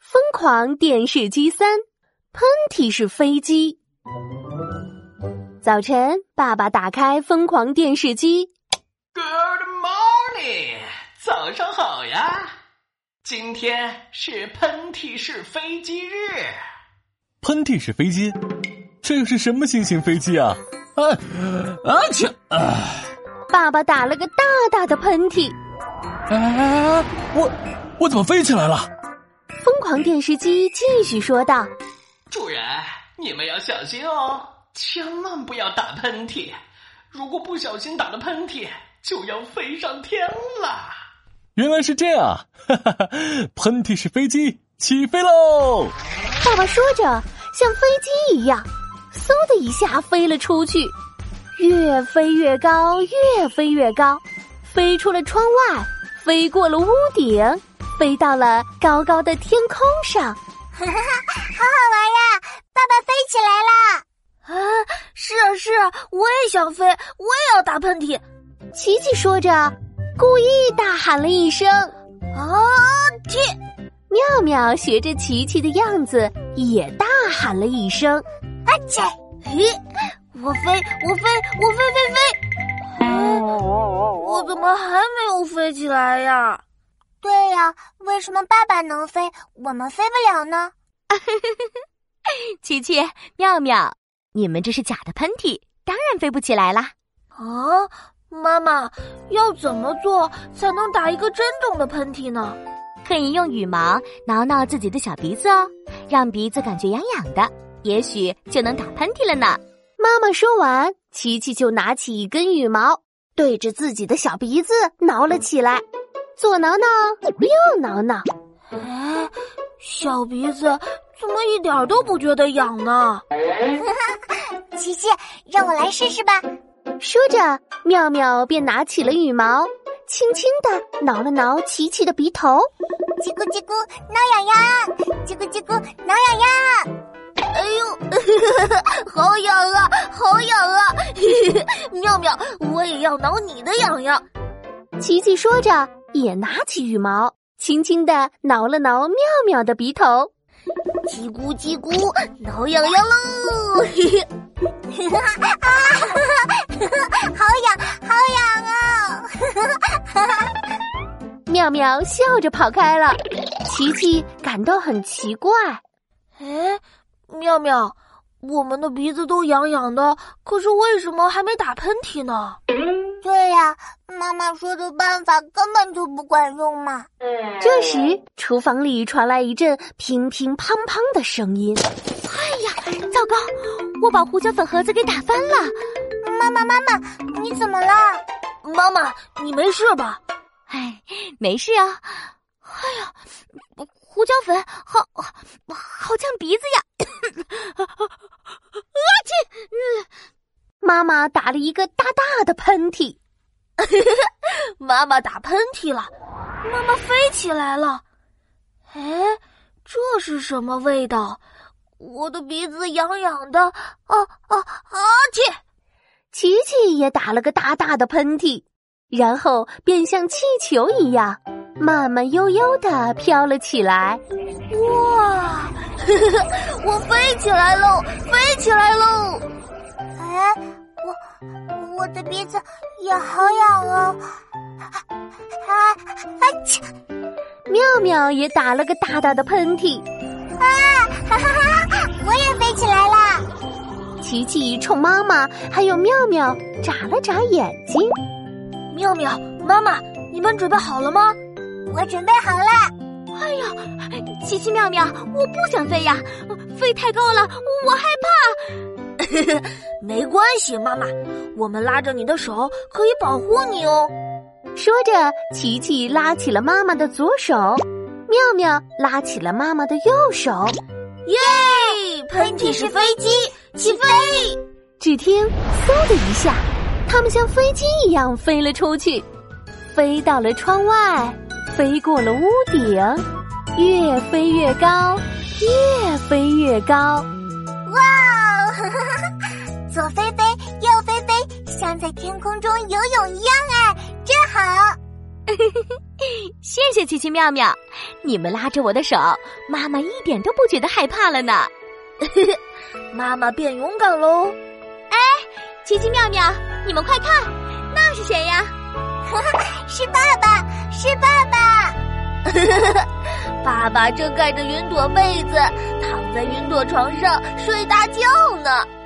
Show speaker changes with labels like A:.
A: 疯狂电视机三》，喷嚏是飞机。早晨，爸爸打开疯狂电视机，
B: Good morning，早上好呀！今天是喷嚏式飞机日，
C: 喷嚏式飞机，这是什么新型飞机啊？啊啊去啊！
A: 爸爸打了个大大的喷嚏。
C: 哎，我我怎么飞起来了？
A: 疯狂电视机继续说道
B: 主人，你们要小心哦，千万不要打喷嚏。如果不小心打了喷嚏，就要飞上天了。
C: 原来是这样啊！哈哈哈，喷嚏式飞机起飞喽！：“
A: 爸爸说着，像飞机一样，嗖的一下飞了出去，越飞越高，越飞越高，飞出了窗外，飞过了屋顶，飞到了高高的天空上。”
D: 好好玩呀！爸爸飞起来啦！啊，是啊是啊，我也想飞，我也要打喷嚏。
A: 琪琪说着，故意大喊了一声。
D: 啊，嚏！
A: 妙妙学着琪琪的样子，也大喊了一声。
D: 啊切！咦，我飞，我飞，我飞飞飞！啊，我怎么还没有飞起来呀？对呀、为什么爸爸能飞，我们飞不了呢？
A: 琪琪、妙妙，你们这是假的喷嚏，当然飞不起来啦。
D: 啊，妈妈，要怎么做才能打一个真正的喷嚏呢？
A: 可以用羽毛挠挠自己的小鼻子哦，让鼻子感觉痒痒的，也许就能打喷嚏了呢。妈妈说完，琪琪就拿起一根羽毛，对着自己的小鼻子挠了起来，左挠挠，右挠挠。
D: 哎，小鼻子怎么一点儿都不觉得痒呢？ 琪琪，让我来试试吧。
A: 说着，妙妙便拿起了羽毛，轻轻的挠了挠琪琪的鼻头。
D: 叽咕叽咕，挠痒痒；叽咕叽咕，挠痒痒。哎呦， 好痒啊，好痒啊！ 妙妙，我也要挠你的痒痒。
A: 琪琪说着，也拿起羽毛，轻轻的挠了挠妙妙的鼻头。
D: 叽咕叽咕，挠痒痒喽！啊，好痒，好痒啊！
A: 妙妙笑着跑开了，琪琪感到很奇怪。
D: 哎，妙妙，我们的鼻子都痒痒的，可是为什么还没打喷嚏呢？ 对呀、妈妈说的办法根本就不管用嘛。
A: 这时，厨房里传来一阵乒乒乓乓的声音。哎呀，糟糕！我把胡椒粉盒子给打翻了。
D: 妈妈，妈妈，你怎么啦？妈妈，你没事吧？
A: 哎，没事啊。哎呀，胡椒粉好，好呛鼻子呀！ 我去！妈妈打了一个大大的喷嚏。
D: 妈妈打喷嚏了，妈妈飞起来了。哎，这是什么味道？我的鼻子痒痒的，啊啊啊！去。
A: 琪琪也打了个大大的喷嚏，然后便像气球一样，慢慢悠悠的飘了起来。
D: 哇， 我飞起来喽，飞起来喽！哎，我我的鼻子也好痒哦！啊啊切！
A: 妙妙也打了个大大的喷嚏。
D: 哈哈哈！我也飞起来啦！
A: 琪琪冲妈妈还有妙妙眨了眨眼睛。
D: 妙妙，妈妈，你们准备好了吗？哎我准备好了。
A: 琪琪、妙妙，我不想飞呀，飞太高了，我害怕。
D: 没关系，妈妈，我们拉着你的手可以保护你哦。
A: 说着，琪琪拉起了妈妈的左手，妙妙拉起了妈妈的右手。
D: 耶！喷嚏是飞机，起飞！
A: 只听“嗖”的一下，它们像飞机一样飞了出去，飞到了窗外，飞过了屋顶，越飞越高，越飞越高。
D: 哇哦，左飞飞，右啊飞飞，像在天空中游泳一样哎，真好。
A: 谢谢奇奇妙妙，你们拉着我的手，妈妈一点都不觉得害怕 了呢。
D: 妈妈变勇敢喽！
A: 奇奇哎妙妙，你们快看，那是谁 呀？
D: 是爸爸，是爸 爸。爸爸正盖着云朵被子，躺在云朵床上睡大觉呢。